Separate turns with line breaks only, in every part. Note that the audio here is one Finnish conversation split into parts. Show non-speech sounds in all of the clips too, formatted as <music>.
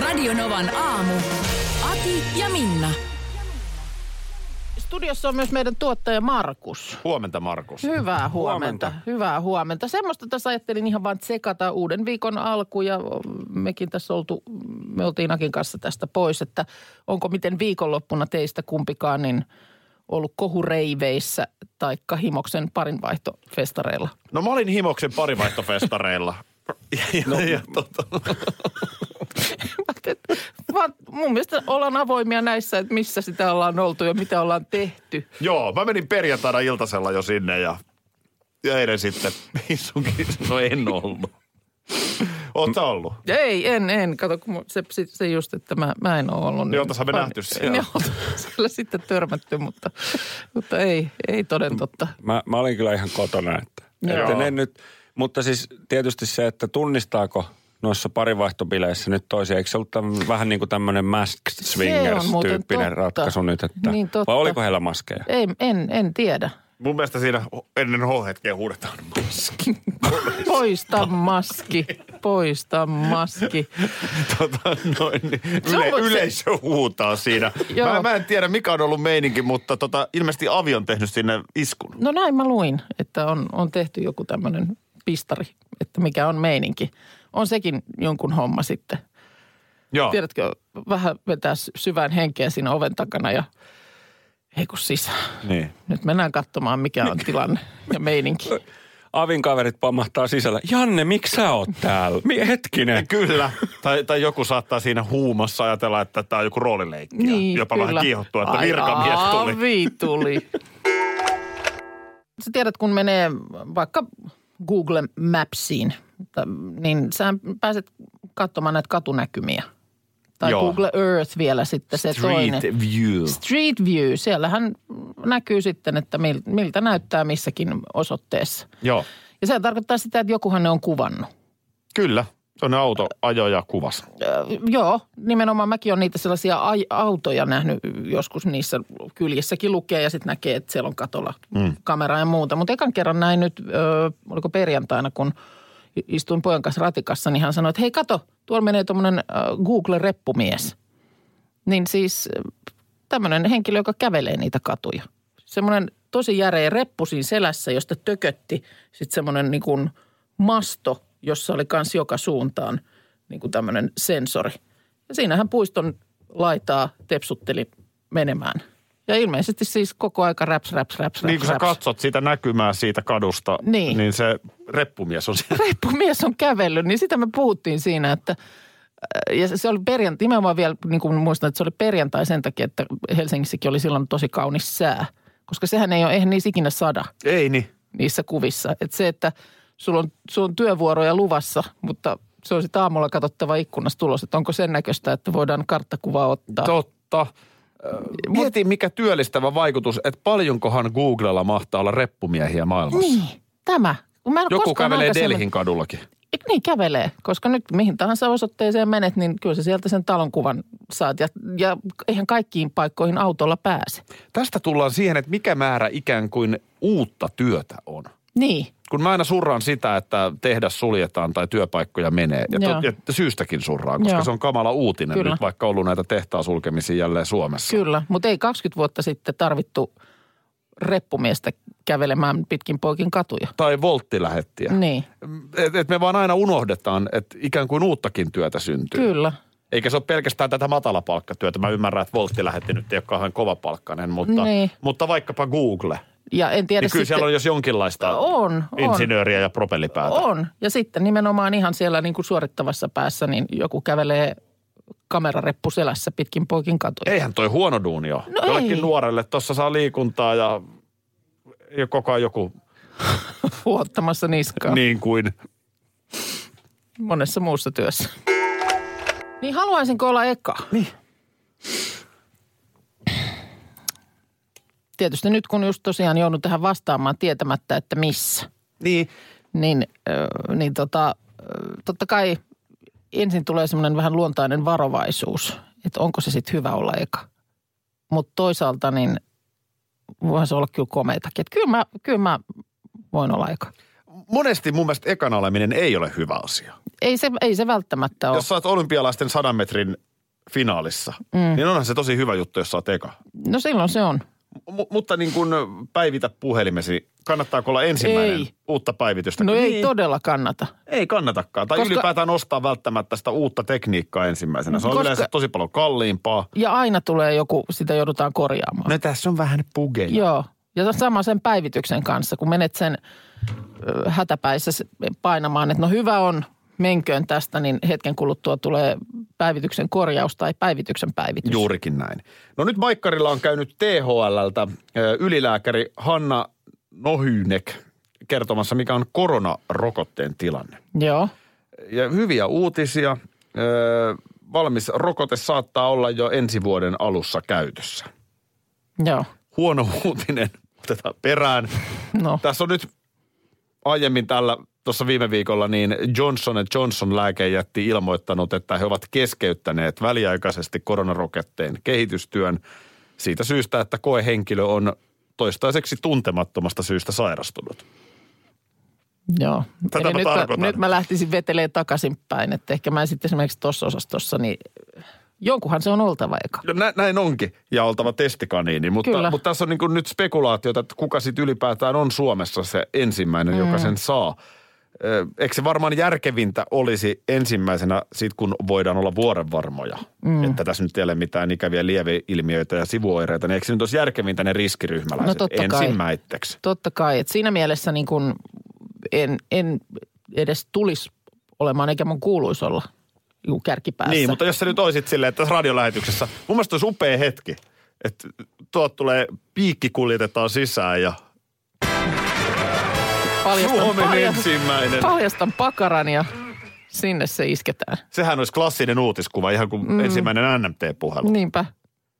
Radionovan aamu. Ati ja Minna.
Studiossa on myös meidän tuottaja Markus.
Huomenta Markus.
Hyvää huomenta.
Huomenta.
Hyvää huomenta. Semmoista tässä ajattelin ihan vaan tsekata uuden viikon alku ja mekin tässä oltu, me oltiin Akin kanssa tästä pois, että onko miten viikonloppuna teistä kumpikaan niin ollut kohureiveissä taikka himoksen parinvaihtofestareilla. <laughs>
No mä olin Himoksen parivaihtofestareilla. Ja, no. ja, tota,
Vaan mun mielestä ollaan avoimia näissä, että missä sitä ollaan oltu ja mitä ollaan tehty.
joo, mä menin perjantaina iltasella jo sinne ja, ja eilen sitten istunkin. No en ollut. Oot sä ollut?
Ei, en, en. Kato, kun mu- se, se, se just, että mä, mä en ole ollut.
Niin oltaisiin me nähty siellä.
Niin oltaisiin <laughs> siellä sitten törmätty, mutta, mutta ei, ei toden totta.
Mä, mä olin kyllä ihan kotona, että,
Joo.
että ne nyt, mutta siis tietysti se, että tunnistaako noissa parivaihtobileissä nyt toisia, eikö se ollut täm, vähän niin kuin tämmöinen mask
muuten
swingers-tyyppinen
totta.
ratkaisu nyt, että
Niin totta.
vai oliko heillä maskeja?
Ei, en, en tiedä.
Mun mielestä siinä ennen H-hetkeä huudetaan maski.
Poista maski, poista maski.
Tota, noin, niin
Se on
yle,
muuten se-
yleisö huutaa siinä.
Joo.
mä, mä, en tiedä mikä on ollut meininki, mutta tota, ilmeisesti Avi on tehnyt sinne iskun.
No näin mä luin, että on, on tehty joku tämmöinen pistari, että mikä on meininki. On sekin jonkun homma sitten.
Joo.
Tiedätkö, vähän vetää sy- syvään henkeä siinä oven takana ja ei kun sisään.
Niin.
Nyt mennään katsomaan, mikä on tilanne ja meininki.
Avin kaverit pamahtaa sisällä. Janne, miksi sä oot täällä? Mi- hetkinen.
Kyllä. tai, tai joku saattaa siinä huumassa ajatella, että tämä on joku roolileikki. ja Jopa vähän kiihottua, että
Niin, Ai,
virkamies tuli.
Aavi tuli. Sä tiedät, kun menee vaikka Google Mapsiin, tai- niin sä pääset katsomaan näitä katunäkymiä. Tai
Joo.
Google Earth vielä sitten se toinen.
view.
Street View, siellähän näkyy sitten, että mil- miltä näyttää missäkin osoitteessa.
Joo,
Ja se tarkoittaa sitä, että jokuhan ne on kuvannut.
kyllä. Se on auto, ajo ja kuvas.
Ö, joo, nimenomaan mäkin olen niitä sellaisia ai- autoja nähnyt joskus niissä kyljessäkin lukee ja sitten näkee, että siellä on katolla mm. kamera ja muuta. Mutta ekan kerran näin nyt, ö, oliko perjantaina, kun i- istuin pojan kanssa ratikassa, niin hän sanoi, että hei kato, tuolla menee tuommoinen Google-reppumies. Niin siis tämmöinen henkilö, joka kävelee niitä katuja. Semmoinen tosi järeä reppu siinä selässä, josta tökötti sitten semmoinen niin kuin masto, jossa oli kans joka suuntaan niin kuin tämmöinen sensori. Ja siinähän puiston laitaa tepsutteli menemään. Ja ilmeisesti siis koko aika räps, räps, räps,
Niin
räps,
kun sä
räps.
katsot sitä näkymää siitä kadusta,
Niin.
niin se reppumies on siellä.
Reppumies on kävellyt, niin sitä me puhuttiin siinä, että äh, ja se- se oli perjantai, nimenomaan vielä niin kuin muistan, että se oli perjantai sen takia, että Helsingissäkin oli silloin tosi kaunis sää. Koska sehän ei ole, eihän niissä ikinä sada.
<laughs> Ei niin.
niissä kuvissa. Että se, että sulla on, sulla on työvuoroja luvassa, mutta se on sitten aamulla katsottava ikkunasta tulos, että onko sen näköistä, että voidaan karttakuvaa ottaa.
Totta. Mieti, mikä työllistävä vaikutus, että paljonkohan Googlella mahtaa olla reppumiehiä maailmassa.
Niin, tämä. Kun Mä en ole
Joku
koskaan
kävelee
aikaisemmin-
Delhin kadullakin.
Eikö Niin kävelee, koska nyt mihin tahansa osoitteeseen menet, niin kyllä sä sieltä sen talon kuvan saat. Ja, ja eihän kaikkiin paikkoihin autolla pääse.
Tästä tullaan siihen, että mikä määrä ikään kuin uutta työtä on.
Niin,
Kun mä aina surraan sitä, että tehdas suljetaan tai työpaikkoja menee. Ja,
Joo.
to, ja syystäkin surraan, koska
Joo.
se on kamala uutinen
Kyllä.
nyt, vaikka ollut näitä tehtaan sulkemisia jälleen Suomessa.
kyllä. Mutta ei 20 vuotta sitten tarvittu reppumiestä kävelemään pitkin poikin katuja.
Tai volttilähettiä.
Niin,
Et, et me vaan aina unohdetaan, että ikään kuin uuttakin työtä syntyy.
kyllä.
Eikä se ole pelkästään tätä matalapalkkatyötä. Mä ymmärrän, että volttilähetti nyt ei ole kauhean kovapalkkainen, mutta,
Niin.
mutta vaikkapa Google.
Ja en tiedä
Niin kyllä
sitten...
siellä on jos jonkinlaista
On, on.
insinööriä ja propellipäätä.
On. Ja sitten nimenomaan ihan siellä niin kuin suorittavassa päässä, niin joku kävelee kamerareppu selässä pitkin poikin
<laughs>
katuja.
Eihän toi huono duuni ole.
No
Jollekin
ei.
nuorelle tuossa saa liikuntaa ja, ja koko ajan joku
Huottamassa niskaa
niin kuin.
monessa muussa työssä. Niin haluaisinko olla eka? Niin. Tietysti nyt kun just tosiaan joudun tähän vastaamaan tietämättä, että missä,
Niin.
niin, ö, niin tota, ö, totta kai ensin tulee semmoinen vähän luontainen varovaisuus, että onko se sitten hyvä olla eka. Mutta toisaalta niin voihan se olla kyllä komeitakin. Että kyllä mä, kyllä mä voin olla eka.
Monesti mun mielestä ekana oleminen ei ole hyvä asia.
Ei se, ei se välttämättä ole.
Jos sä oot olympialaisten sadan metrin finaalissa, mm. niin onhan se tosi hyvä juttu, jos sä oot eka.
No silloin se on.
M- mutta niin kun päivitä puhelimesi, kannattaako olla ensimmäinen
Ei.
uutta päivitystä? Niin,
No ei todella kannata.
Ei kannatakaan. Tai
Koska-
Koska... ylipäätään ostaa välttämättä sitä uutta tekniikkaa ensimmäisenä. Se on
Koska-
Koska... yleensä tosi paljon kalliimpaa.
Ja aina tulee joku, sitä joudutaan korjaamaan.
No tässä on vähän pugeja.
Joo. Ja se on sama sen päivityksen kanssa, kun menet sen ö, hätäpäissä se- painamaan, että no hyvä on, menköön tästä, niin hetken kuluttua tulee päivityksen korjaus tai päivityksen päivitys.
Juurikin näin. No nyt Maikkarilla on käynyt THLltä ö, ylilääkäri Hanna Nohynek kertomassa, mikä on koronarokotteen tilanne.
Joo.
Ja hyviä uutisia. Ö, Valmis rokote saattaa olla jo ensi vuoden alussa käytössä.
Joo.
Huono uutinen otetaan perään.
No.
Tässä on nyt aiemmin tällä, tuossa viime viikolla, niin Johnson Johnson lääkejätti ilmoittanut, että he ovat keskeyttäneet väliaikaisesti koronarokotteen kehitystyön siitä syystä, että koehenkilö on toistaiseksi tuntemattomasta syystä sairastunut.
Joo.
Tätä
Eli
mä
nyt, mä,
tarkoitan.
nyt mä lähtisin vetelee takaisinpäin, että ehkä mä en sitten esimerkiksi tuossa osastossa, niin jonkunhan se on oltava eka.
No nä- näin onkin, ja oltava testikaniini,
Kyllä.
mutta, mutta tässä on niin kuin nyt spekulaatiota, että kuka sitten ylipäätään on Suomessa se ensimmäinen, mm. joka sen saa. Ö, Eikö se varmaan järkevintä olisi ensimmäisenä, sit kun voidaan olla vuorenvarmoja, mm. että tässä nyt ei ole mitään ikäviä lieveilmiöitä ja sivuoireita, niin eikö se nyt olisi järkevintä ne
No
riskiryhmäläiset
totta kai.
ensimmäitteksi?
Totta kai, että siinä mielessä niin kun en, en edes tulisi olemaan, eikä mun kuuluisi olla juu kärkipäässä.
Niin, mutta jos sä nyt olisit silleen, että tässä radiolähetyksessä, mun mielestä olisi upea hetki, että tuot tulee, piikki kuljetetaan sisään ja
paljastan,
Suomen
paljastan,
ensimmäinen.
paljastan pakaran ja sinne se isketään.
Sehän olisi klassinen uutiskuva, ihan kuin mm. ensimmäinen NMT-puhelu. Niin.
Niinpä.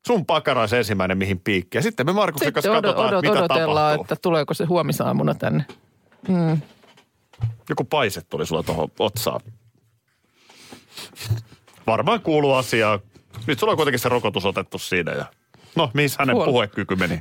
Sun pakara olisi ensimmäinen, mihin piikki. Ja sitten me Markuksen kanssa
Sitten odot,
katsotaan,
odot,
että mitä
odotellaan,
tapahtuu.
että tuleeko se huomisaamuna tänne.
Joku paise tuli sulla tuohon otsaan. Varmaan kuuluu asiaa. Nyt sulla on kuitenkin se rokotus otettu siinä. Ja... No, mihin hänen
Huol-
Huol. puhekyky meni?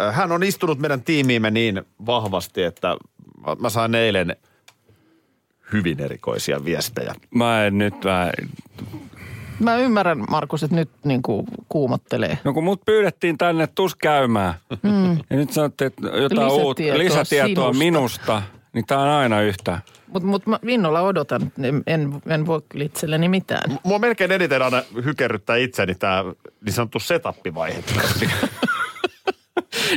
Äh, Hän on istunut meidän tiimiimme niin vahvasti, että mä- mä sain eilen hyvin erikoisia viestejä.
Mä en nyt, mä,
Mä ymmärrän, Markus, että nyt niin kuin kuumottelee.
No kun mut pyydettiin tänne, tus käymään. Mm. Ja nyt sanotte, että jotain
Lisätietoa
uutta, lisätietoa
sinusta.
minusta. Niin tää on aina yhtä.
Mutta mut mä innolla odotan, en, en, en voi kyllä itselleni mitään.
Mua melkein eniten aina hykerryttää itseni tämä niin sanottu setup-vaihe.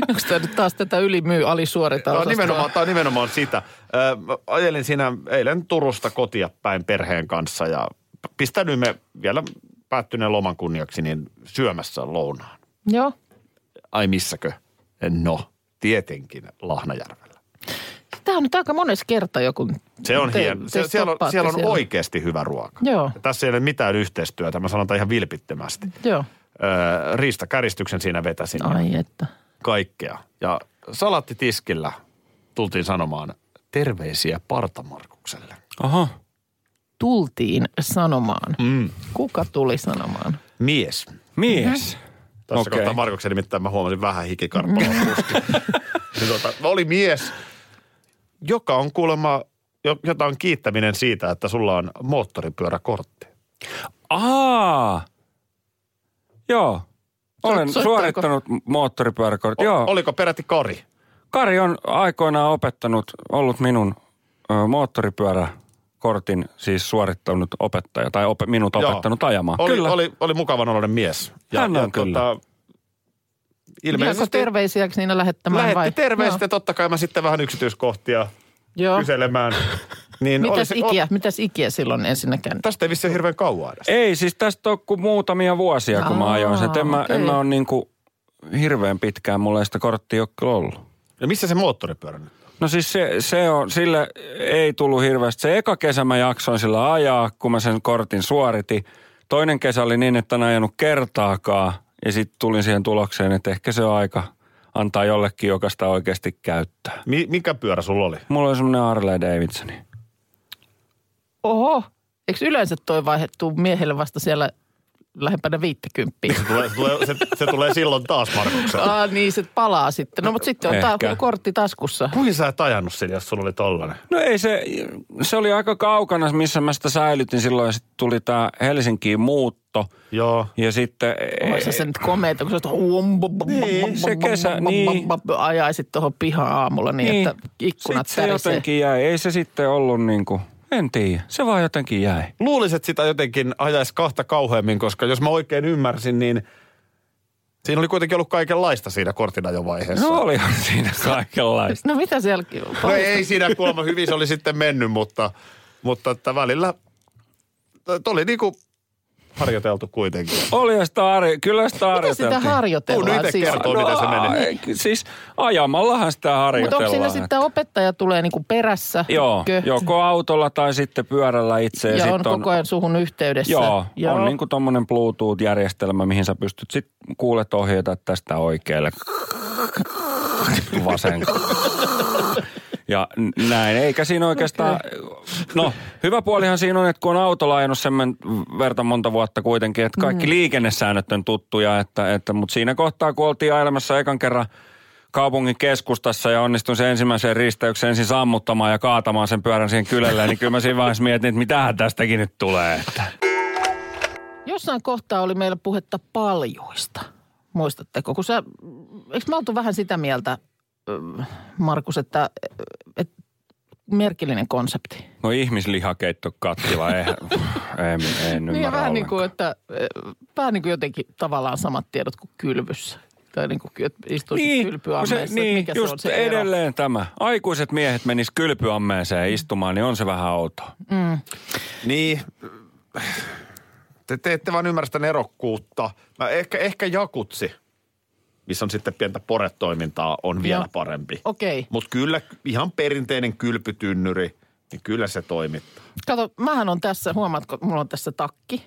Onko tämä nyt taas tätä ylimyy, alisuorita
Tämä on,
osastoa?
nimenomaan, tämä on nimenomaan sitä. Ö, mä ajelin siinä eilen Turusta kotia päin perheen kanssa ja pistäydyimme vielä päättyneen loman kunniaksi niin syömässä lounaan.
Joo.
Ai missäkö? No, tietenkin Lahnajärvellä.
Tämä on nyt aika mones kerta joku.
Se on
te-
hieno.
te
Se, siellä, on,
stoppaatte
siellä on oikeasti hyvä ruoka.
Joo.
Ja Tässä ei ole mitään yhteistyötä, mä sanon tämän ihan vilpittömästi.
Joo.
Öö, Riista Käristyksen siinä vetäsin.
Ai että.
kaikkea. Ja salattitiskillä tultiin sanomaan terveisiä Partamarkukselle.
Aha.
Tultiin sanomaan. Mm. Kuka tuli sanomaan?
Mies.
Mies.
Tässä
Okei.
okay. kohtaa Markuksen nimittäin mä huomasin vähän hikikarppaloa. <laughs> Niin tota, oli mies, joka on kuulemma, jo- jota on kiittäminen siitä, että sulla on moottoripyöräkortti.
Aa. Joo. Olen
Soittaako?
suorittanut moottoripyöräkortin.
O-
Joo.
oliko peräti Kari?
Kari on aikoinaan opettanut, ollut minun ö, moottoripyöräkortin siis suorittanut opettaja, tai op, minut
Joo.
opettanut ajamaan.
Oli,
kyllä.
oli, oli mukavan oloinen mies. tota,
Hän on kyllä.
Jääkö
ilmeisesti
terveisiäks niinä lähettämään vai?
lähetti terveistä ja
Joo.
totta kai mä sitten vähän yksityiskohtia
Joo.
kyselemään. Niin
Mitäs,
olisi-
ikiä, mitäs ikiä silloin ensinnäkään?
Tästä ei vissiin hirveän kauan edes.
Ei, siis tästä on kuin muutamia vuosia, kun mä
Aa,
ajoin sen. Et En, mä, en
okei.
mä ole niin kuin hirveän pitkään, mulla ei sitä korttia ole kyllä ollut.
Ja missä se moottoripyörä nyt? on?
No siis se, se on, sille ei tullut hirveästi. Se eka kesä mä jaksoin sillä ajaa, kun mä sen kortin suoritin. Toinen kesä oli niin, että en ajanut kertaakaan. Ja sitten tulin siihen tulokseen, että ehkä se on aika antaa jollekin, joka sitä oikeasti käyttää.
Mi- mikä pyörä sulla oli?
Mulla on semmoinen Harley Davidson.
Oho, eikö yleensä toi vaihe tuu miehelle vasta siellä lähempänä
<laughs>
viittäkymppiä?
Se tulee, se, tulee, se, se tulee silloin taas Markuksella.
Ah niin, se palaa sitten. No mutta sitten on
Ehkä.
ta- kortti taskussa.
Kuin sä et ajanut sillä, jos sulla oli tollanen?
No ei se, se oli aika kaukana, missä mä sitä säilytin silloin. Sitten tuli tämä Helsinkiin muutto.
Joo.
Ja sitten... e-
Onko se nyt komeita, kun sä oot- um, bum, bum,
Niin,
bum,
se
bum,
kesä,
bum,
niin.
bum, bum, ajaisit tuohon pihaan aamulla niin, niin. että ikkunat
Sitten se
tärisee.
jotenkin jäi. Ei se sitten ollut niin kuin, en tiedä. Se vaan jotenkin jäi.
Luulisin, että sitä jotenkin ajaisi kahta kauheammin, koska jos mä oikein ymmärsin, niin siinä oli kuitenkin ollut kaikenlaista siinä kortinajovaiheessa.
No olihan siinä kaikenlaista.
No mitä siellä?
No ei siinä kuulemma hyvin se oli sitten mennyt, mutta, mutta että välillä että oli niinku harjoiteltu kuitenkin.
Oli ja sitä harjo- kyllä sitä
Mitä
harjoiteltiin.
sitä harjoitellaan? Siis- No,
Kun itse kertoo, miten No, se menee.
ei, ky- siis ajamallahan sitä
Mutta
harjoitellaan.
onko siinä sitten opettaja tulee niinku perässä?
Joo,
Kö?
joko autolla tai sitten pyörällä itse.
Ja,
sit
on no koko ajan suhun yhteydessä.
Joo, joo, on niin kuin tommonen Bluetooth-järjestelmä, mihin sä pystyt sit kuulet ohjeita että tästä oikealle. Vasen. Ja n- näin, eikä siinä oikeastaan, no hyvä puolihan siinä on, että kun on autolla ajanut sen men- verta monta vuotta kuitenkin, että kaikki mm. liikennesäännöt on tuttuja, että, että, mutta siinä kohtaa kun oltiin ailemassa ekan kerran kaupungin keskustassa ja onnistuin sen ensimmäiseen risteykseen ensin sammuttamaan ja kaatamaan sen pyörän siihen kylälle, niin kyllä mä siinä vaiheessa mietin, että mitähän tästäkin nyt tulee. Että.
Jossain kohtaa oli meillä puhetta paljoista. Muistatteko? Kun sä, eikö mä oltu vähän sitä mieltä, ö, Markus, että, että merkillinen konsepti.
No ihmislihakeitto kattila, ei, en, en
Niin ja
ymmärrä
vähän niin
ollenkaan.
kuin, että ö, vähän niin kuin jotenkin tavallaan samat tiedot kuin kylvyssä. Tai niin kuin, että istuisit
kun
kylpyammeessa, että
niin,
mikä
just
se on se ero.
edelleen tämä. Aikuiset miehet menis kylpyammeeseen istumaan, niin on se vähän outoa.
Niin, te, te ette vaan ymmärrä sitä nerokkuutta. Mä ehkä, ehkä jakutsi, missä on sitten pientä poretoimintaa, on vielä
Joo.
parempi.
Okei.
Mutta kyllä ihan perinteinen kylpytynnyri, niin kyllä se toimittaa.
Kato, mähän on tässä, huomaatko, mulla on tässä takki.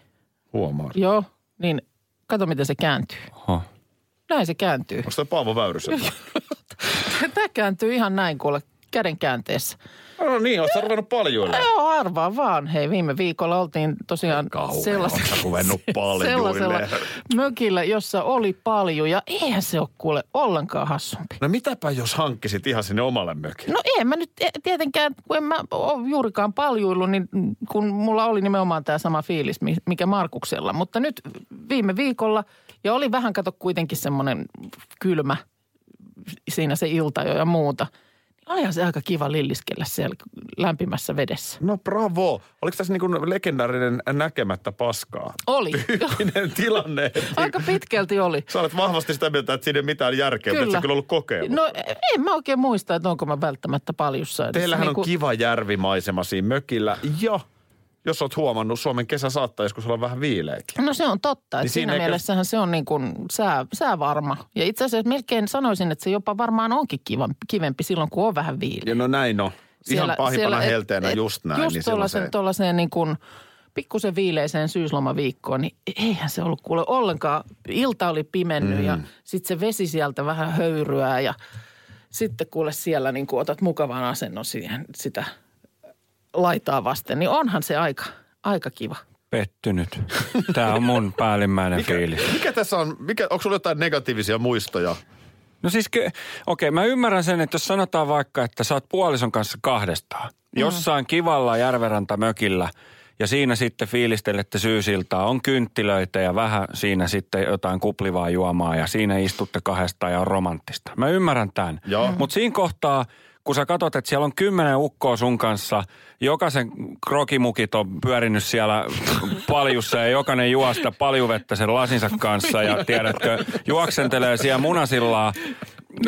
Huomaa.
Joo, niin kato miten se kääntyy.
Oho.
Näin se kääntyy. <laughs>
Onko se Paavo Väyrysen?
Tämä kääntyy ihan näin kuule, käden käänteessä.
<laughs> no niin, oot sä ruvennut paljon.
Joo, arvaa vaan. Hei, viime viikolla oltiin tosiaan
Kauhean, oot sä
sellaisella, <laughs>
ruvennut
sellaisella
paljuille.
mökillä, jossa oli paljon ja eihän se ole kuule ollenkaan hassumpi.
No mitäpä jos hankkisit ihan sinne omalle mökille?
No en mä nyt e- tietenkään, kun en mä ole juurikaan paljuillut, niin kun mulla oli nimenomaan tämä sama fiilis, mi- mikä Markuksella. Mutta nyt viime viikolla, ja oli vähän kato kuitenkin semmoinen kylmä siinä se ilta jo ja muuta. Niin Olihan se aika kiva lilliskellä siellä lämpimässä vedessä.
No bravo. Oliko tässä niin kuin legendaarinen näkemättä <laughs> paskaa?
Oli.
Tyyppinen tilanne. että
aika pitkälti oli.
Sä olet vahvasti sitä mieltä, että siinä ei mitään järkeä, mutta et sä kyllä ollut kokemus.
No en mä oikein muista, että onko mä välttämättä paljussa. edes.
Teillähän
Niinku-
on kiva järvimaisema siinä mökillä. Ja jos oot huomannut, Suomen kesä saattaa joskus olla vähän viileäkin.
No se on totta. Niin
Niin
siinä
siinä eikö-
mielessähän se on niin kuin sää, säävarma. Ja itse asiassa melkein sanoisin, että se jopa varmaan onkin kivan, kivempi silloin, kun on vähän viili.
Ja no näin on. Ihan pahimpana helteenä
et-
just näin.
e- Just
niin silloin
tuollaisen,
se...
tuollaiseen niin kuin pikkusen viileiseen syyslomaviikkoon, niin eihän se ollut kuule ollenkaan. Ilta oli pimennyt mm. ja sitten se vesi sieltä vähän höyryää ja sitten kuule siellä niin kun otat mukavan asennon siihen sitä laitaa vasten, niin onhan se aika, aika kiva.
Pettynyt. Tämä on mun päällimmäinen fiilis.
Mikä tässä on, mikä, onko sulla jotain negatiivisia muistoja?
No siis, ky- okei, okay, mä ymmärrän sen, että jos sanotaan vaikka, että sä oot puolison kanssa kahdestaan. Jossain kivalla järverantamökillä ja siinä sitten fiilistelette syysiltaa. On kynttilöitä ja vähän siinä sitten jotain kuplivaa juomaa ja siinä istutte kahdestaan ja on romanttista. Mä ymmärrän tämän.
Joo.
Mutta siinä kohtaa, kun sä katsot, että siellä on kymmenen ukkoa sun kanssa, jokaisen krokimukit on pyörinyt siellä paljussa ja jokainen juo sitä paljuvettä sen lasinsa kanssa ja tiedätkö, juoksentelee siellä munasillaan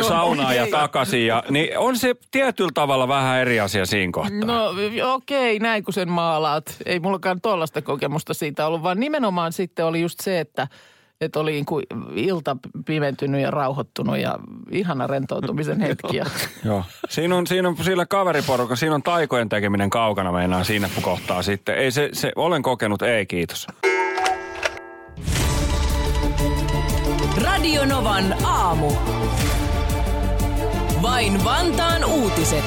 saunaa ja takaisin. Ja, niin on se tietyllä tavalla vähän eri asia siinä kohtaa.
No okei, näin kun sen maalaat. Ei mullakaan tuollaista kokemusta siitä ollut, vaan nimenomaan sitten oli just se, että että oli niin kuin ilta pimentynyt ja rauhoittunut ja ihana rentoutumisen hetki. Ja
Joo. Siinä on, siinä on sillä kaveriporukka, siinä on taikojen tekeminen kaukana meinaa siinä kohtaa sitten. Ei se, se, olen kokenut, ei kiitos.
Radio Novan aamu. Vain Vantaan uutiset.